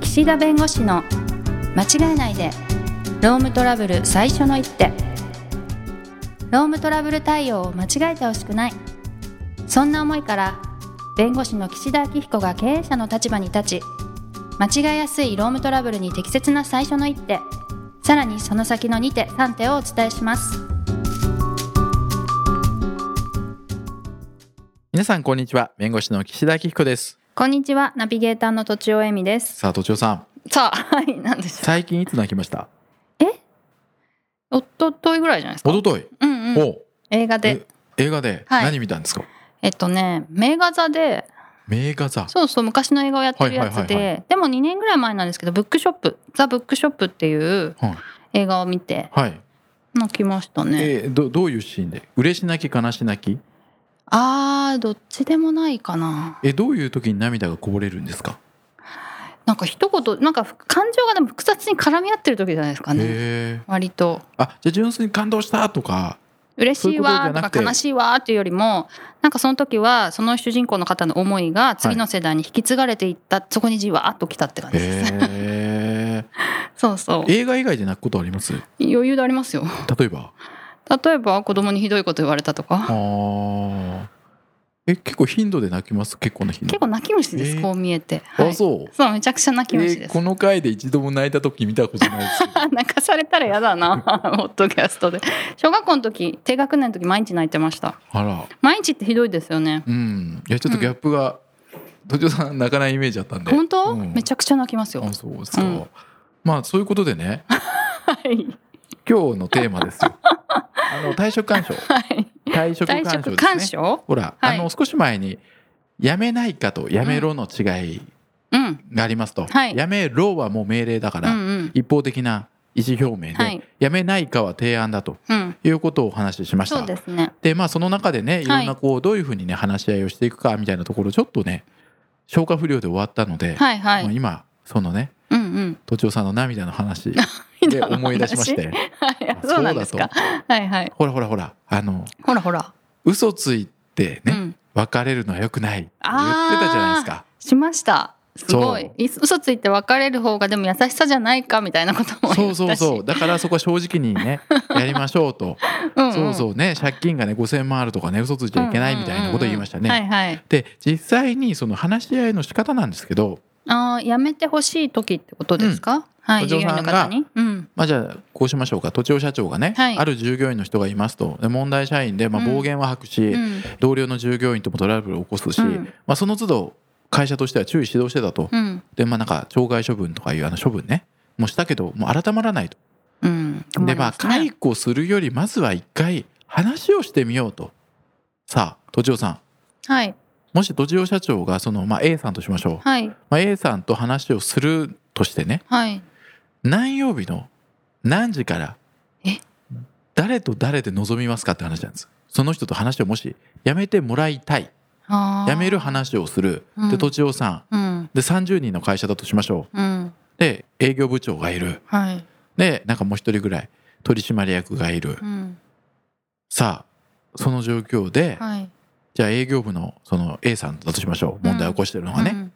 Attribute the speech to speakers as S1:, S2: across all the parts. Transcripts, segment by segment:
S1: 岸田弁護士の間違えないでロームトラブル最初の一手ロームトラブル対応を間違えてほしくないそんな思いから弁護士の岸田明彦が経営者の立場に立ち間違えやすいロームトラブルに適切な最初の一手さらにその先の2手3手をお伝えします
S2: 皆さんこんにちは弁護士の岸田明彦です
S1: こんにちはナビゲーターのとちおえみです
S2: さあとちおさん
S1: さあはい何でしょう
S2: 最近いつ泣きました
S1: おとといぐらいじゃないですか
S2: おととい
S1: うんうん
S2: お
S1: 映画で
S2: え映画で
S1: はい
S2: 何見たんですか、
S1: えっとね名画座で
S2: 名画座
S1: そうそう昔の映画をやってるや
S2: は
S1: つ
S2: いはいはい
S1: ででも2年ぐらい前なんですけど「ブックショップ」「ザ・ブックショップ」っていう
S2: はい
S1: 映画を見て
S2: はい、
S1: 泣きましたね
S2: えーどどういうシーンで嬉し泣き悲し泣き
S1: あーどっちでもないかな
S2: えどういう時に涙がこぼれるんですか
S1: なんか一言なんか感情がでも複雑に絡み合ってる時じゃないですかね
S2: へえ
S1: 割と
S2: あじゃあ純粋に感動したとか
S1: 嬉しい
S2: そうい
S1: わ
S2: うことじゃな
S1: と
S2: く
S1: か
S2: て
S1: 悲しいわっていうよりもなんかその時はその主人公の方の思いが次の世代に引き継がれていった、そこにじわーっときたって感じです、
S2: へえ
S1: そうそう
S2: 映画以外で泣くことあります
S1: 余裕でありますよ
S2: 例えば
S1: 例えば子供にひどいこと言われたと
S2: あ
S1: か
S2: ーえ結構頻度で泣きます結構な頻度
S1: 結構泣き虫です、
S2: えー
S1: こう見えて、はい
S2: あそう
S1: そうめちゃくちゃ泣き虫
S2: えー
S1: です、
S2: この回で一度も泣いた時見たことないですけど
S1: 泣かされたらやだ なホットキャストで小学校の時低学年の時毎日泣いてました
S2: あら
S1: 毎日ってひどいですよね
S2: うんいやちょっとギャップが、途中さん泣かないイメージあったんで
S1: 本当、め
S2: ち
S1: ちゃくちゃ泣きますよ
S2: あ
S1: は
S2: そうですか、
S1: うん
S2: まあそういうことでね
S1: い
S2: 今日のテーマです よあの退職勧奨
S1: はい
S2: 退職
S1: 退
S2: 勧奨です
S1: 職
S2: ね
S1: 干渉
S2: ほら、
S1: はい
S2: あの少し前に「やめないか」と「やめろ」の違い
S1: うん
S2: がありますと「
S1: はい
S2: やめろ」はもう命令だか
S1: う
S2: ら、
S1: んうん
S2: 一方的な意思表明で「
S1: はい
S2: やめないか」は提案だと
S1: うん
S2: いうことをお話ししました
S1: そうですね
S2: でまあその中でねいろんなこうどういうふうにね話し合いをしていくかみたいなところちょっとね消化不良で終わったので、
S1: はいは
S2: もう
S1: い
S2: 今そのね
S1: うんうん
S2: 都庁さんの涙の話
S1: 涙
S2: で
S1: の話
S2: 思い出 しまして
S1: はいそうなんです
S2: そうだ
S1: かはいはい
S2: ほらほらほらあの
S1: ほらほら
S2: 嘘ついてね、
S1: うん
S2: 別れるのは良くないって言っ
S1: あー
S2: てたじゃないですか
S1: しましたすごい
S2: そう
S1: い嘘ついて別れる方がでも優しさじゃないかみたいなことも
S2: そ
S1: 言っ
S2: う
S1: たし
S2: そうそうだからそこは正直に ねやりましょうと、
S1: うんうん
S2: そうそうね借金がね5,000万あるとかね嘘ついちゃいけないみたいなことを言いましたね、
S1: うんうんうんはいはい
S2: で実際にその話し合いの仕方なんですけど、
S1: ああ、やめてほしい時ってことですか。はい、
S2: お嬢
S1: 従業員
S2: さん
S1: の
S2: が
S1: 方に。うん。
S2: まあ、じゃあこうしましょうか都庁社長がね、
S1: はい
S2: ある従業員の人がいますとで問題社員で、まあ、
S1: うん
S2: 暴言は吐くし、
S1: うん。
S2: 同僚の従業員ともトラブルを起こすし、
S1: うん
S2: まあ、その都度会社としては注意指導してたと、
S1: うん。
S2: でまあなんか懲戒処分とかいうあの処分ねもうしたけどもう改まらないと
S1: うん。困
S2: で
S1: り
S2: まあ
S1: ますね
S2: 解雇するよりまずは一回話をしてみようとさあ都庁さん
S1: はい。
S2: もし都庁社長がその、まあ、A さんとしましょう、
S1: はい。
S2: まあ、A さんと話をするとしてね
S1: はい。
S2: 何曜日の何時から
S1: え
S2: 誰と誰で望みますかって話なんですその人と話をもしやめてもらいたい
S1: ああ。
S2: やめる。話をする
S1: うん
S2: で都知さん
S1: うん。
S2: で30人の会社だとしましょう
S1: うん。
S2: で営業部長がいる
S1: はい。
S2: でなんかもう一人ぐらい取締役がいる
S1: うん。
S2: さあその状況で
S1: はい。
S2: じゃあ営業部のその A さんだとしましょう
S1: うん
S2: 問題を起こしてるのが
S1: う
S2: ね
S1: ん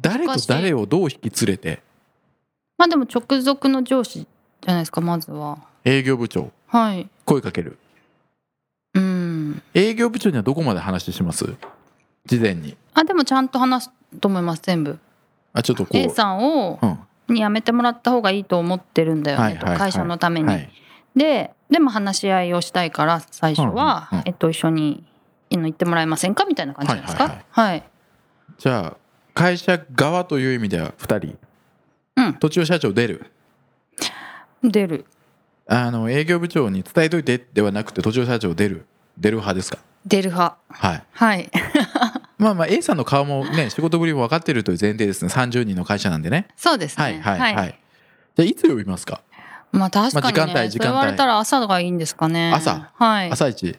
S2: 誰と誰をどう引き連れて
S1: まあ、でも直属の上司じゃないですか、まずは。
S2: 営業部長
S1: はい。
S2: 声かける
S1: うん。
S2: 営業部長にはどこまで話します事前に
S1: あ、でもちゃんと話すと思います、全部。
S2: あちょっとこ
S1: A
S2: う
S1: さんを。
S2: うん
S1: にやめてもらった方がいいと思ってるんだよねと
S2: はいはいはい
S1: 会社のために、
S2: はい
S1: ででも話し合いをしたいから最初は、
S2: うんうんうん
S1: えっと、一緒にあの行ってもらえませんかみたいな感じじゃないですか
S2: は
S1: はいい
S2: はいじゃあ会社側という意味では2人
S1: うん
S2: 途中社長出る
S1: 出る
S2: あの営業部長に伝えといてではなくて途中社長出る出る派ですか
S1: 出る派
S2: はい
S1: はい
S2: まあまあ A さんの顔もね仕事ぶりも分かってるという前提ですね30人の会社なんでね
S1: そうですね
S2: はいはいはい、じゃあいつ呼びますか
S1: まあ確かにね、
S2: まあ時間帯時間
S1: そ
S2: 帯
S1: う言われたら朝がいいんですかね
S2: 朝
S1: はい
S2: 朝一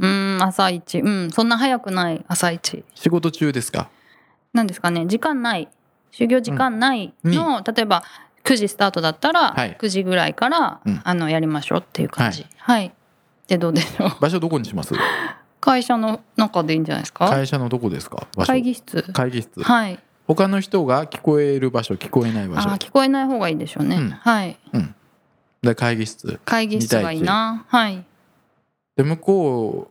S1: うん朝一うんそんな早くない朝一
S2: 仕事中ですか
S1: なんですかね時間ない就業時間ない
S2: うん
S1: の、例えば9時スタートだったら
S2: はい
S1: 9時ぐらいから、
S2: うん
S1: あのやりましょうっていう感じはい、でどうでしょう
S2: 場所どこにします
S1: 会社の中でいいんじゃないですか
S2: 会社のどこですか場所
S1: 会議室
S2: 会議室
S1: はい
S2: 他の人が聞こえる場所聞こえない場
S1: ああ
S2: 所
S1: 聞こえない方がいいでしょうね、
S2: うん
S1: はい
S2: で会議室
S1: 会議室がいいなはい
S2: で向こ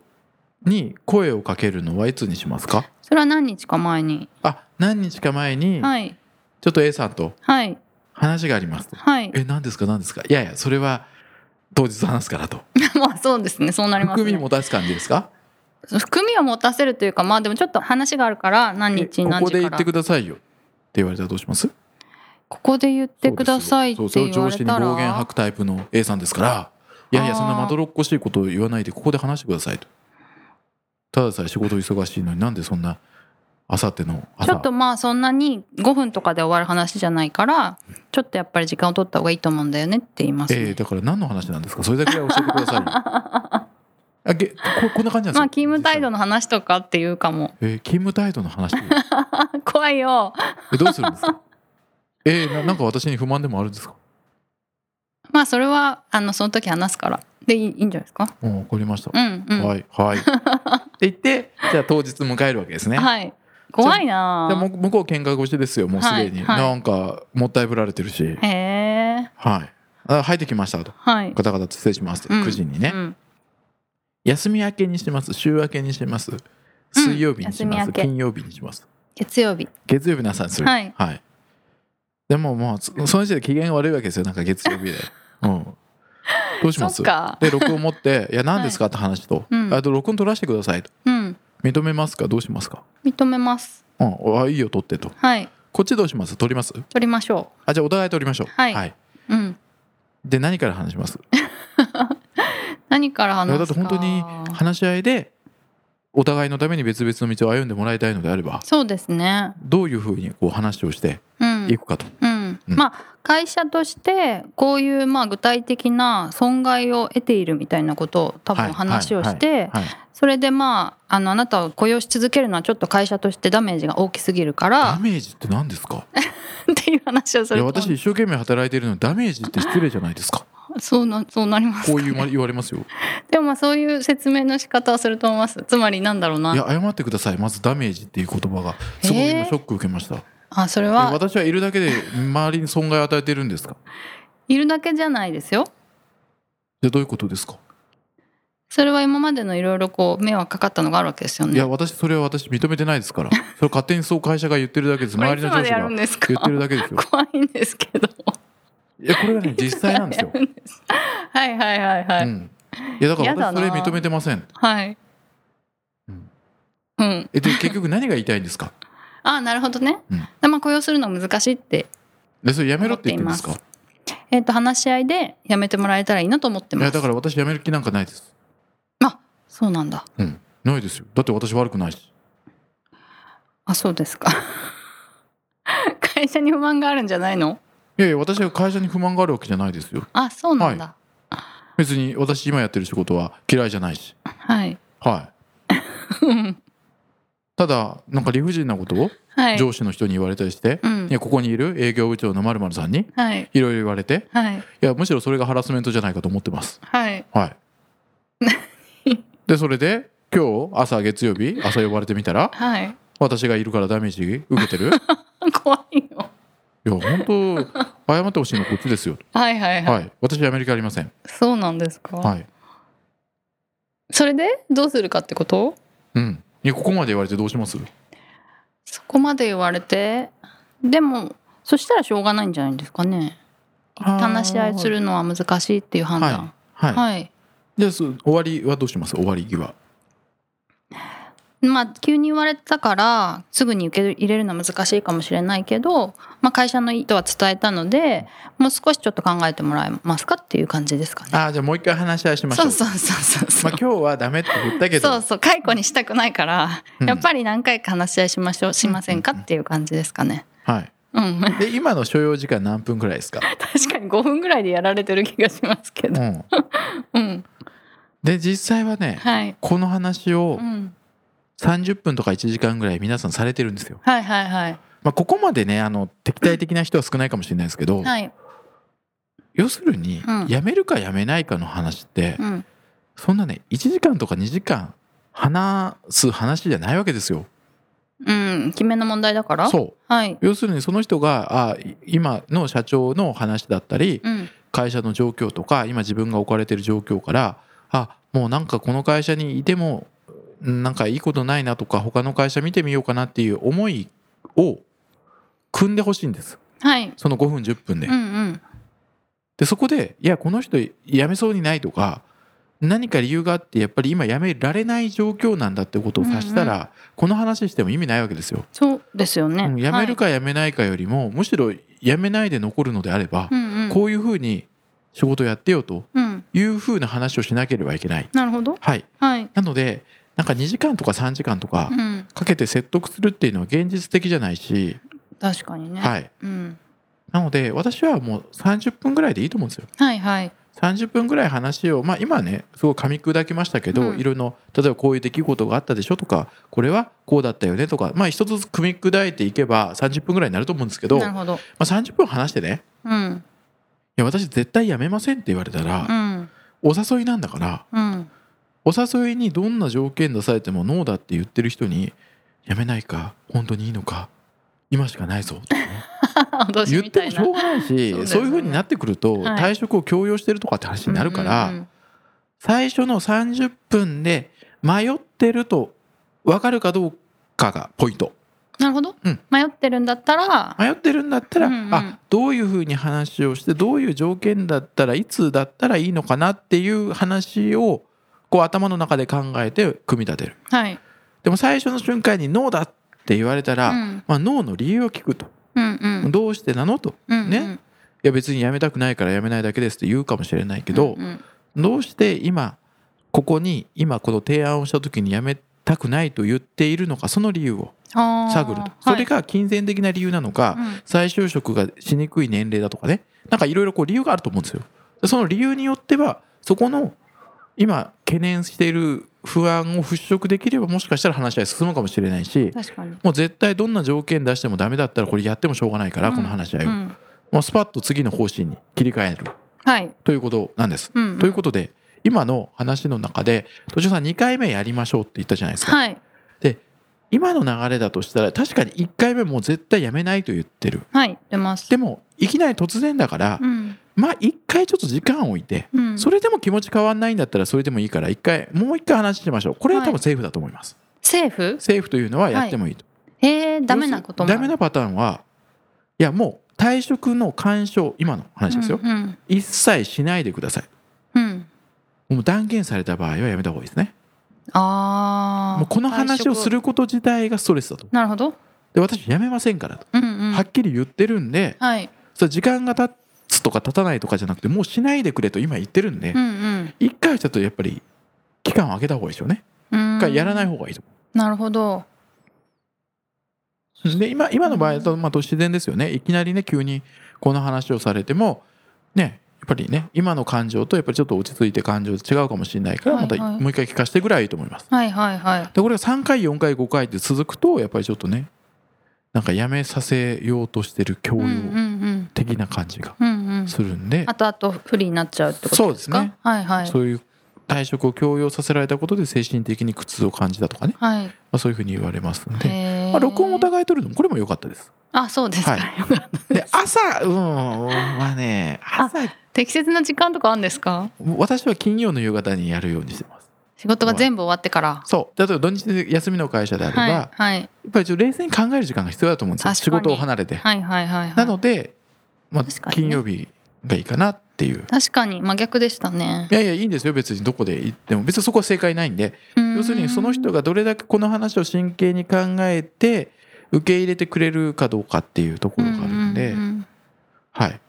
S2: うに声をかけるのはいつにしますか
S1: それは何日か前に、
S2: あ何日か前に
S1: はい
S2: ちょっと A さんと
S1: はい
S2: 話がありますと
S1: はい
S2: え何ですか何ですかいやいやそれは当日話すからと
S1: まあそうですねそうなります
S2: 含み
S1: ね
S2: 持たす感じですか
S1: 含みを持たせるというかまあでもちょっと話があるから何
S2: え
S1: 日
S2: こ
S1: 何
S2: こ
S1: 時か
S2: で言っ
S1: ら
S2: てくださいよって言われたらどうします
S1: ここで言ってくださいって
S2: そうですよ
S1: 言われ
S2: そうそれを
S1: た
S2: 上司に暴言
S1: ら
S2: 吐くタイプの A さんですからいやいや
S1: あー
S2: そんなまどろっこしいことを言わないでここで話してくださいとただでさえ仕事忙しいのになんでそんなあさっての
S1: ち
S2: 朝
S1: ょっとまあそんなに5分とかで終わる話じゃないからちょっとやっぱり時間を取った方がいいと思うんだよねって言います、
S2: ええ
S1: ね
S2: だから何の話なんですかそれだけは教えてくださ いよあげここんな感じなんですか
S1: まあ勤務態度の話とかっていうかも
S2: えー勤務態度の話
S1: 怖いよ
S2: えどうするんで すかえー、ななんか私に不満でもあるんですか
S1: まあそれはあのその時話すからでいいいいんじゃないですか
S2: うんわかりました、
S1: うんうん
S2: はい はいって言ってじゃあ当日迎えるわけですね、
S1: はい怖いな
S2: でも向こう喧嘩越しですよもうすでに、
S1: はいはい
S2: なんかもったいぶられてるし
S1: へえ
S2: はいあ入ってきましたと
S1: はい、
S2: ガタガタと失礼しますって、
S1: うん
S2: 9時にね、
S1: うん
S2: 休み明けにします週明けにします水曜日にし
S1: 休み
S2: ます、
S1: 明け
S2: 金曜日にします
S1: 月曜日
S2: 月曜日の朝にする
S1: はい
S2: でももうそその時点で機嫌悪いわけですよなんか月 曜日でうんどうし
S1: そ
S2: ま
S1: っ
S2: す
S1: か
S2: で録音持って「いや何ですか?」って話と「
S1: うん
S2: あと録音取らせてください」と
S1: うん
S2: 「認めますかどうしますか?
S1: 認めます
S2: うん」あいいよ取って」と
S1: はい
S2: 「こっちどうします取ります
S1: 取りましょ
S2: あじゃあお互い取りましょう」
S1: はいううん
S2: で何から話します
S1: 何から
S2: いや
S1: 話
S2: だ
S1: す
S2: って
S1: か
S2: 本当に話し合いでお互いのために別々の道を歩んでもらいたいのであれば
S1: そうですね
S2: どういうふうにこう話をして
S1: うん
S2: いくかと、
S1: うん
S2: うん
S1: まあ会社としてこういうまあ具体的な損害を得ているみたいなことを多
S2: はい
S1: 分話をし
S2: はい
S1: て
S2: はい
S1: それでまああのあなたを雇用し続けるのはちょっと会社としてダメージが大きすぎるか
S2: ダ
S1: ら
S2: メージって何ですか
S1: っていう話をす
S2: い
S1: る
S2: や
S1: と
S2: 私一生懸命働いてるのにダメージって失礼じゃないですか
S1: そうなそうなります
S2: こ
S1: か
S2: う
S1: ね
S2: いうま言われますよ
S1: でもまあそういう説明の仕方をすると思いますつまりなんだろう
S2: い
S1: な
S2: や謝ってくださいまずダメージっていう言葉がすごい今ショック受けました、
S1: あそれ
S2: え
S1: は
S2: 私はいるだけで周りに損害を与えてるんですか
S1: いるだけじゃないですよ
S2: じゃあどういうことですか、
S1: それは今までのいろいろこう迷惑かかったのがあるわけですよね
S2: いや私それは私認めてな いですからそれ勝手にそう会社が言ってるだけです
S1: これ
S2: 周
S1: い
S2: り
S1: つ
S2: の
S1: ま
S2: 上
S1: で
S2: 司
S1: や
S2: が
S1: るんです
S2: 言って
S1: か
S2: るだけで すよ
S1: 怖いんですけど
S2: いやこれがね実際なんですよ、
S1: やるんです はいはいはいはい、
S2: うん、いやだから
S1: やだ
S2: 私そ
S1: な
S2: れ認めてません
S1: はい
S2: うん
S1: うん
S2: えで結局何が言いたいんですか
S1: あなるほどね、
S2: うん
S1: でまあ雇用するのは難しいって
S2: でそれやめろって言ってるんですか
S1: 思えっ、と話し合いでやめてもらえたらいいなと思って
S2: い
S1: ます
S2: やだから私やめる気なんかないです
S1: そうなんだ
S2: うんないですよだって私悪くないし
S1: あそうですか 会社に不満があるんじゃないの
S2: いやいや私は会社に不満があるわけじゃないですよ
S1: あそうなんだ
S2: 別に私今やってる仕事は嫌いじゃないし
S1: はい
S2: はいただなんか理不尽なことを
S1: はい
S2: 上司の人に言われたりして、
S1: うん
S2: いやここにいる営業部長のまるさんに
S1: はい
S2: いろいろ言われて
S1: はい
S2: いやむしろそれがハラスメントじゃないかと思ってます
S1: はい
S2: はいでそれで今日朝月曜日朝呼ばれてみたら
S1: はい
S2: 私がいるからダメージ受けてるい
S1: 怖いよ
S2: や本当謝ってほしいのこっちですよ
S1: はいはいはい、
S2: はい私アメリカありません
S1: そうなんですか、
S2: はい
S1: それでどうするかってこと
S2: うんいやここまで言われてどうします
S1: そこまで言われてでもそしたらしょうがないんじゃないんですかね話し合いするのは難しいっていう判断
S2: はい、はい
S1: はい、
S2: じゃあそう終わりはどうします終わり際
S1: まあ急に言われたからすぐに受け入れるのは難しいかもしれないけど、まあ、会社の意図は伝えたのでもう少しちょっと考えてもらえますかっていう感じですかね。
S2: ああじゃあもう一回話し合いしましょ
S1: そううそうそうそう、
S2: まあ今日はダメって言ったけど
S1: そうそう解雇にしたくないから、
S2: うん
S1: やっぱり何回か話し合いしましょうしませんかっていう感じですかね。
S2: はい
S1: うん、 確
S2: で今の所要時間何分くらいですか
S1: かに5分ぐらいでやられてる気がしますけ
S2: う
S1: ど。
S2: ん
S1: うん、
S2: で実際はね
S1: はい、
S2: この話を
S1: うん、
S2: 30分とか1時間ぐらい皆さんされてるんですよ
S1: はいはいはい
S2: まあここまでねあの敵対的な人は少ないかもしれないですけど
S1: はい、
S2: 要するに
S1: うん
S2: 辞めるか辞めないかの話って
S1: うん、
S2: そんなね1時間とか2時間話す話じゃないわけですよ
S1: うん、決めの問題だから。う。
S2: そう
S1: はい。
S2: 要するにその人があい今の社長の話だったり
S1: うん。
S2: 会社の状況とか今自分が置かれてる状況からあもうなんかこの会社にいてもうんなんかいいことないなとか他の会社見てみようかなっていう思いを組んでほしいんです
S1: はい。
S2: その5分10分で
S1: うん。うん。
S2: でそこでいやこの人辞めそうにないとか何か理由があってやっぱり今辞められない状況なんだってことを察したら、
S1: う
S2: この話しても意味ないわけですよ。
S1: そうですよね。
S2: うん辞めるか辞めないかよりも、むしろ辞めないで残るのであれば
S1: は、い。うんうん。
S2: こういうふうに仕事やってよと
S1: うん。
S2: いうふうな話をしなければいけない。
S1: なるほど。
S2: はい、
S1: はい。
S2: なのでなんか2時間とか3時間とか
S1: うん。
S2: かけて説得するっていうのは現実的じゃないし、
S1: 確かにね。
S2: はい、
S1: うん。
S2: なので私はもう30分ぐらいでいいと思うんですよ。
S1: はいはい。
S2: 30分ぐらい話を、まあ、今ねすごい噛み砕きましたけど、
S1: うん
S2: いろいろ例えばこういう出来事があったでしょとかこれはこうだったよねとか、まあ、一つずつ組み砕いていけば30分ぐらいになると思うんですけど
S1: なるほど。
S2: まあ、30分話してね
S1: うん。
S2: 「いや私絶対やめません」って言われたら、
S1: うん。
S2: お誘いなんだから
S1: うん。
S2: お誘いにどんな条件出されてもノーだって言ってる人に「やめないか本当にいいのか今しかないぞ」とかね
S1: 私
S2: 言っ
S1: みた
S2: て
S1: い
S2: もし
S1: な
S2: ょうがないし
S1: そ
S2: そうう,、
S1: です
S2: いうふうになってくると、
S1: はい
S2: 退職を強要してるとかって話になるから、
S1: うんうん
S2: 最初の30分で迷ってると分かるかどうかがポイント。
S1: なるほど、
S2: うん
S1: 迷ってるんだったら、
S2: 迷ってるんだったら、
S1: うんうん
S2: あどういうふうに話をしてどういう条件だったらいつだったらいいのかなっていう話をこう頭の中で考えて組み立てる
S1: はい、
S2: でも最初の瞬間に「ノーだ!」って言われたら、
S1: うん
S2: まあ、ノーの理由を聞くと
S1: うんう
S2: 「
S1: ん
S2: どうしてなの?」と
S1: うんうん
S2: ね「いや別に辞めたくないから辞めないだけです」って言うかもしれないけど、
S1: うんうん
S2: どうして今ここに今この提案をした時に辞めたくないと言っているのかその理由を
S1: あー
S2: 探ると、それが金銭的な理由なの
S1: は
S2: か、
S1: いうん
S2: 再就職がしにくい年齢だとかねなんかいろいろこう理由があると思うんですよでその理由によってはそこの今懸念している不安を払拭できればもしかしたら話し合い進むかもしれないし
S1: 確かに、
S2: もう絶対どんな条件出してもダメだったらこれやってもしょうがないから、
S1: うん
S2: この話し合いを、
S1: うん、
S2: もうスパッと次の方針に切り替える
S1: はい、
S2: ということなんです、
S1: うんうん
S2: ということで今の話の中で土壌さん2回目やりましょうって言ったじゃないですか、
S1: はい
S2: 今の流れだとしたら確かに1回目もう絶対やめないと言ってる
S1: はい出ます
S2: でもいきなり突然だから、
S1: うん
S2: まあ一回ちょっと時間を置いて、
S1: うん
S2: それでも気持ち変わんないんだったらそれでもいいから一回もう一回話しましょうこれは
S1: は
S2: 多分
S1: い
S2: セーフだと思います、
S1: セーフ
S2: セーフというのはやってもいいと、
S1: えー、ダメなこともあ
S2: ダ
S1: る
S2: メなパターンはいやもう退職の干渉今の話ですよ、
S1: うんうん
S2: 一切しないでくださ
S1: うん
S2: いもう断言された場合はやめた方がいいですね
S1: ああ
S2: もうこの話をすること自体がストレスだと
S1: なるほど
S2: で私やめませんからと、
S1: うんうん
S2: はっきり言ってるんで
S1: はい
S2: それ時間が経つとか経たないとかじゃなくてもうしないでくれと今言ってるんで、
S1: うん
S2: 一回はちょっとやっぱり期間を空けた方がいいですよね
S1: うんうん
S2: 一回やらない方がいいと
S1: なるほど
S2: 思う。で今今の場合だとまあ都市伝ですよねいきなりね急にこの話をされてもねやっぱりね今の感情とやっぱりちょっと落ち着いて感情違うかもしれないから
S1: はい
S2: ま
S1: はい
S2: たもう一回聞かせてぐらいいいと思います。
S1: はいはいはい
S2: でこれが3回4回5回って続くとやっぱりちょっとねなんかやめさせようとしてる教
S1: うんう
S2: 養
S1: ん
S2: 的な感じが
S1: うんうんうん
S2: するんで、
S1: あとあと不利になっちゃうってことですか
S2: そうですね
S1: はいはい
S2: そういう退職を強要させられたことで精神的に苦痛を感じたとかね、
S1: はい
S2: まあ、そういうふうに言われますので、
S1: へー
S2: まあ、録音お互い取るのもこれも良かったです。
S1: あそうですか、
S2: は
S1: よかった
S2: で朝うんまあね朝
S1: 適切な時間とかあるんですか
S2: 私は金曜の夕方にやるようにしてます
S1: 仕事が全部終わってから
S2: そう例えば土日で休みの会社であれば、
S1: は
S2: や
S1: いはい
S2: っぱりちょっと冷静に考える時間が必要だと思うんですよ
S1: 確か
S2: 仕
S1: に
S2: 事を離れて、
S1: はいはいはいはい
S2: なので、まあ
S1: 確かにね
S2: 金曜日がいいかなっていう
S1: 確かに真逆でしたね
S2: いやいやいいんですよ別にどこで行っても別にそこは正解ないんで要
S1: 要
S2: するにその人がどれだけこの話を真剣に考えて受け入れてくれるかどうかっていうところがあるんで、はい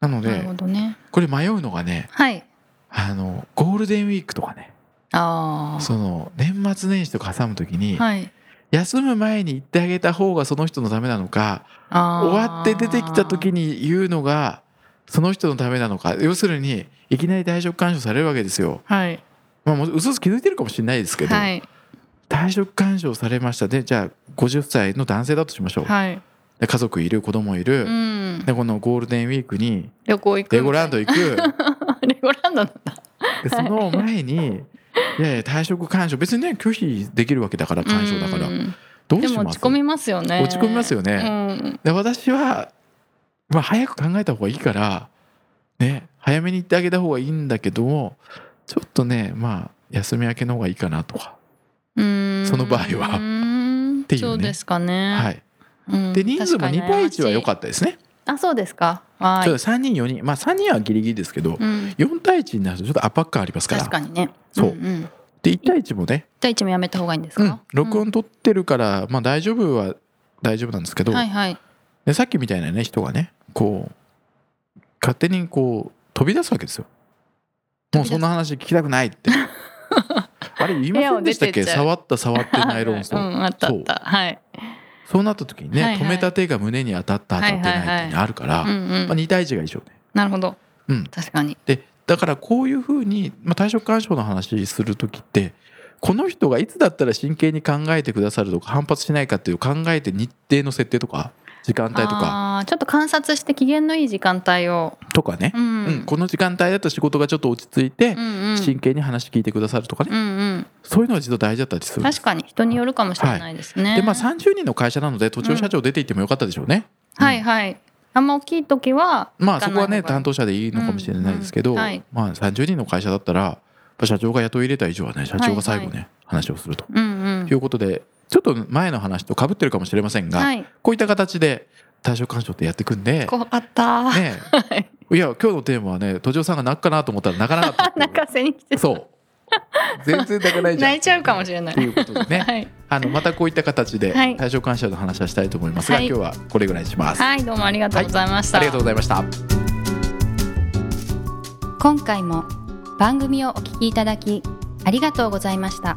S2: なの
S1: なる
S2: で
S1: ほどね
S2: これ迷うのがね
S1: はい
S2: あのゴールデンウィークとかね
S1: あ
S2: その年末年始とか挟む時
S1: あ
S2: に、
S1: はい
S2: 休む前に言ってあげた方がその人のためなのか
S1: あー
S2: 終わって出てきた時に言うのがその人のためなのか要するにいきなり退職勧奨されるわけですよ。
S1: はい
S2: まあ、もううすうす気づいてるかもしれないですけど、
S1: はい
S2: 退職勧奨されましたでじゃあ50歳の男性だとしましょう、
S1: はい
S2: で家族いる子供いる、
S1: うん
S2: でこのゴールデンウィークに
S1: 旅行行く
S2: レゴランド 行く
S1: レゴランドなんだ
S2: でその前にいやいや退職勧奨別にね拒否できるわけだから勧奨だから
S1: うん
S2: どう
S3: で
S2: し
S3: も
S2: ま
S3: 落
S2: す
S3: ち込みますよね
S2: 落ち込みますよね
S3: うん
S2: で私は、まあ、早く考えた方がいいから、ね、早めに行ってあげた方がいいんだけどもちょっとねまあ休み明けの方がいいかなとか、
S3: うーん
S2: その場合は
S3: うーん
S2: ていうね
S3: そうですかね
S2: はい、
S3: うん
S2: で人数も2対1は良か
S3: っ
S2: ったですね、
S3: たあそうですかは
S2: ちょ
S3: い
S2: っと3人4人まあ3人はギリギリですけど、
S3: うん
S2: 4対1になるとちょっと圧迫感ありますから
S3: 確かにね
S2: そうん
S3: ん
S2: で1対1もね、
S3: 一対一もやめた方がいいんですか、
S2: うん、録音撮ってるから、まあ大丈夫は大丈夫なんですけど、
S3: はいはい
S2: でさっきみたいなね人がねこう勝手にこう飛び出すわけですよもうそんな話聞きたくないって あれ言いませんでしたっ
S3: 部屋を出て
S2: け
S3: っちゃう
S2: 触った触ってない論争、
S3: うんあったあったはい
S2: そうなった時にね、
S3: はいはい
S2: 止めた手が胸に当たった当たってないっていうのがあるから、
S3: うんうん
S2: まあ、2対1が以上ね
S3: なるほど、
S2: うん
S3: 確かに
S2: でだからこういうふうに、まあ、退職干渉の話する時ってこの人がいつだったら真剣に考えてくださるとか反発しないかっていう考えて日程の設定とか時間帯とか
S3: あーちょっと観察して機嫌のいい時間帯を、
S2: とかね
S3: う、ん
S2: うん、この時間帯だと仕事がちょっと落ち着いて
S3: うんうん
S2: 真剣に話聞いてくださるとかね、
S3: うんうん
S2: そういうのは一度大事だったりするんです
S3: 確かに人によるかもしれないですね、
S2: でまあ30人の会社なので途中社長出て行ってもよかったでしょうね、
S3: はいはいあんま大きい時は
S2: まあそこはね
S3: 行かない
S2: 担当者でいいのかもしれないですけど、
S3: うんうんはい
S2: まあ30人の会社だったらやっぱ社長が雇い入れた以上はね社長が最後ね、
S3: はい
S2: 話をすると
S3: 方がうんうん
S2: いうことでちょっと前の話とかぶってるかもしれませんが、
S3: はい
S2: こういった形で対象干渉ってやっていくんで、
S3: 怖かった、
S2: ね、いや今日のテーマはね都城さんが泣くかなと思ったら泣かなかったっていう
S3: 泣かせに来て
S2: そう全然泣かないじゃ ん
S3: 泣いちゃうかもしれない
S2: ということでね、
S3: はい、
S2: あのまたこういった形で
S3: はい
S2: 対象感謝の話はしたいと思いますが、
S3: はい
S2: 今日はこれぐらいにします、
S3: はい、どうもありがとうございました、
S2: ありがとうございました
S1: 今回も番組をお聞きいただきありがとうございました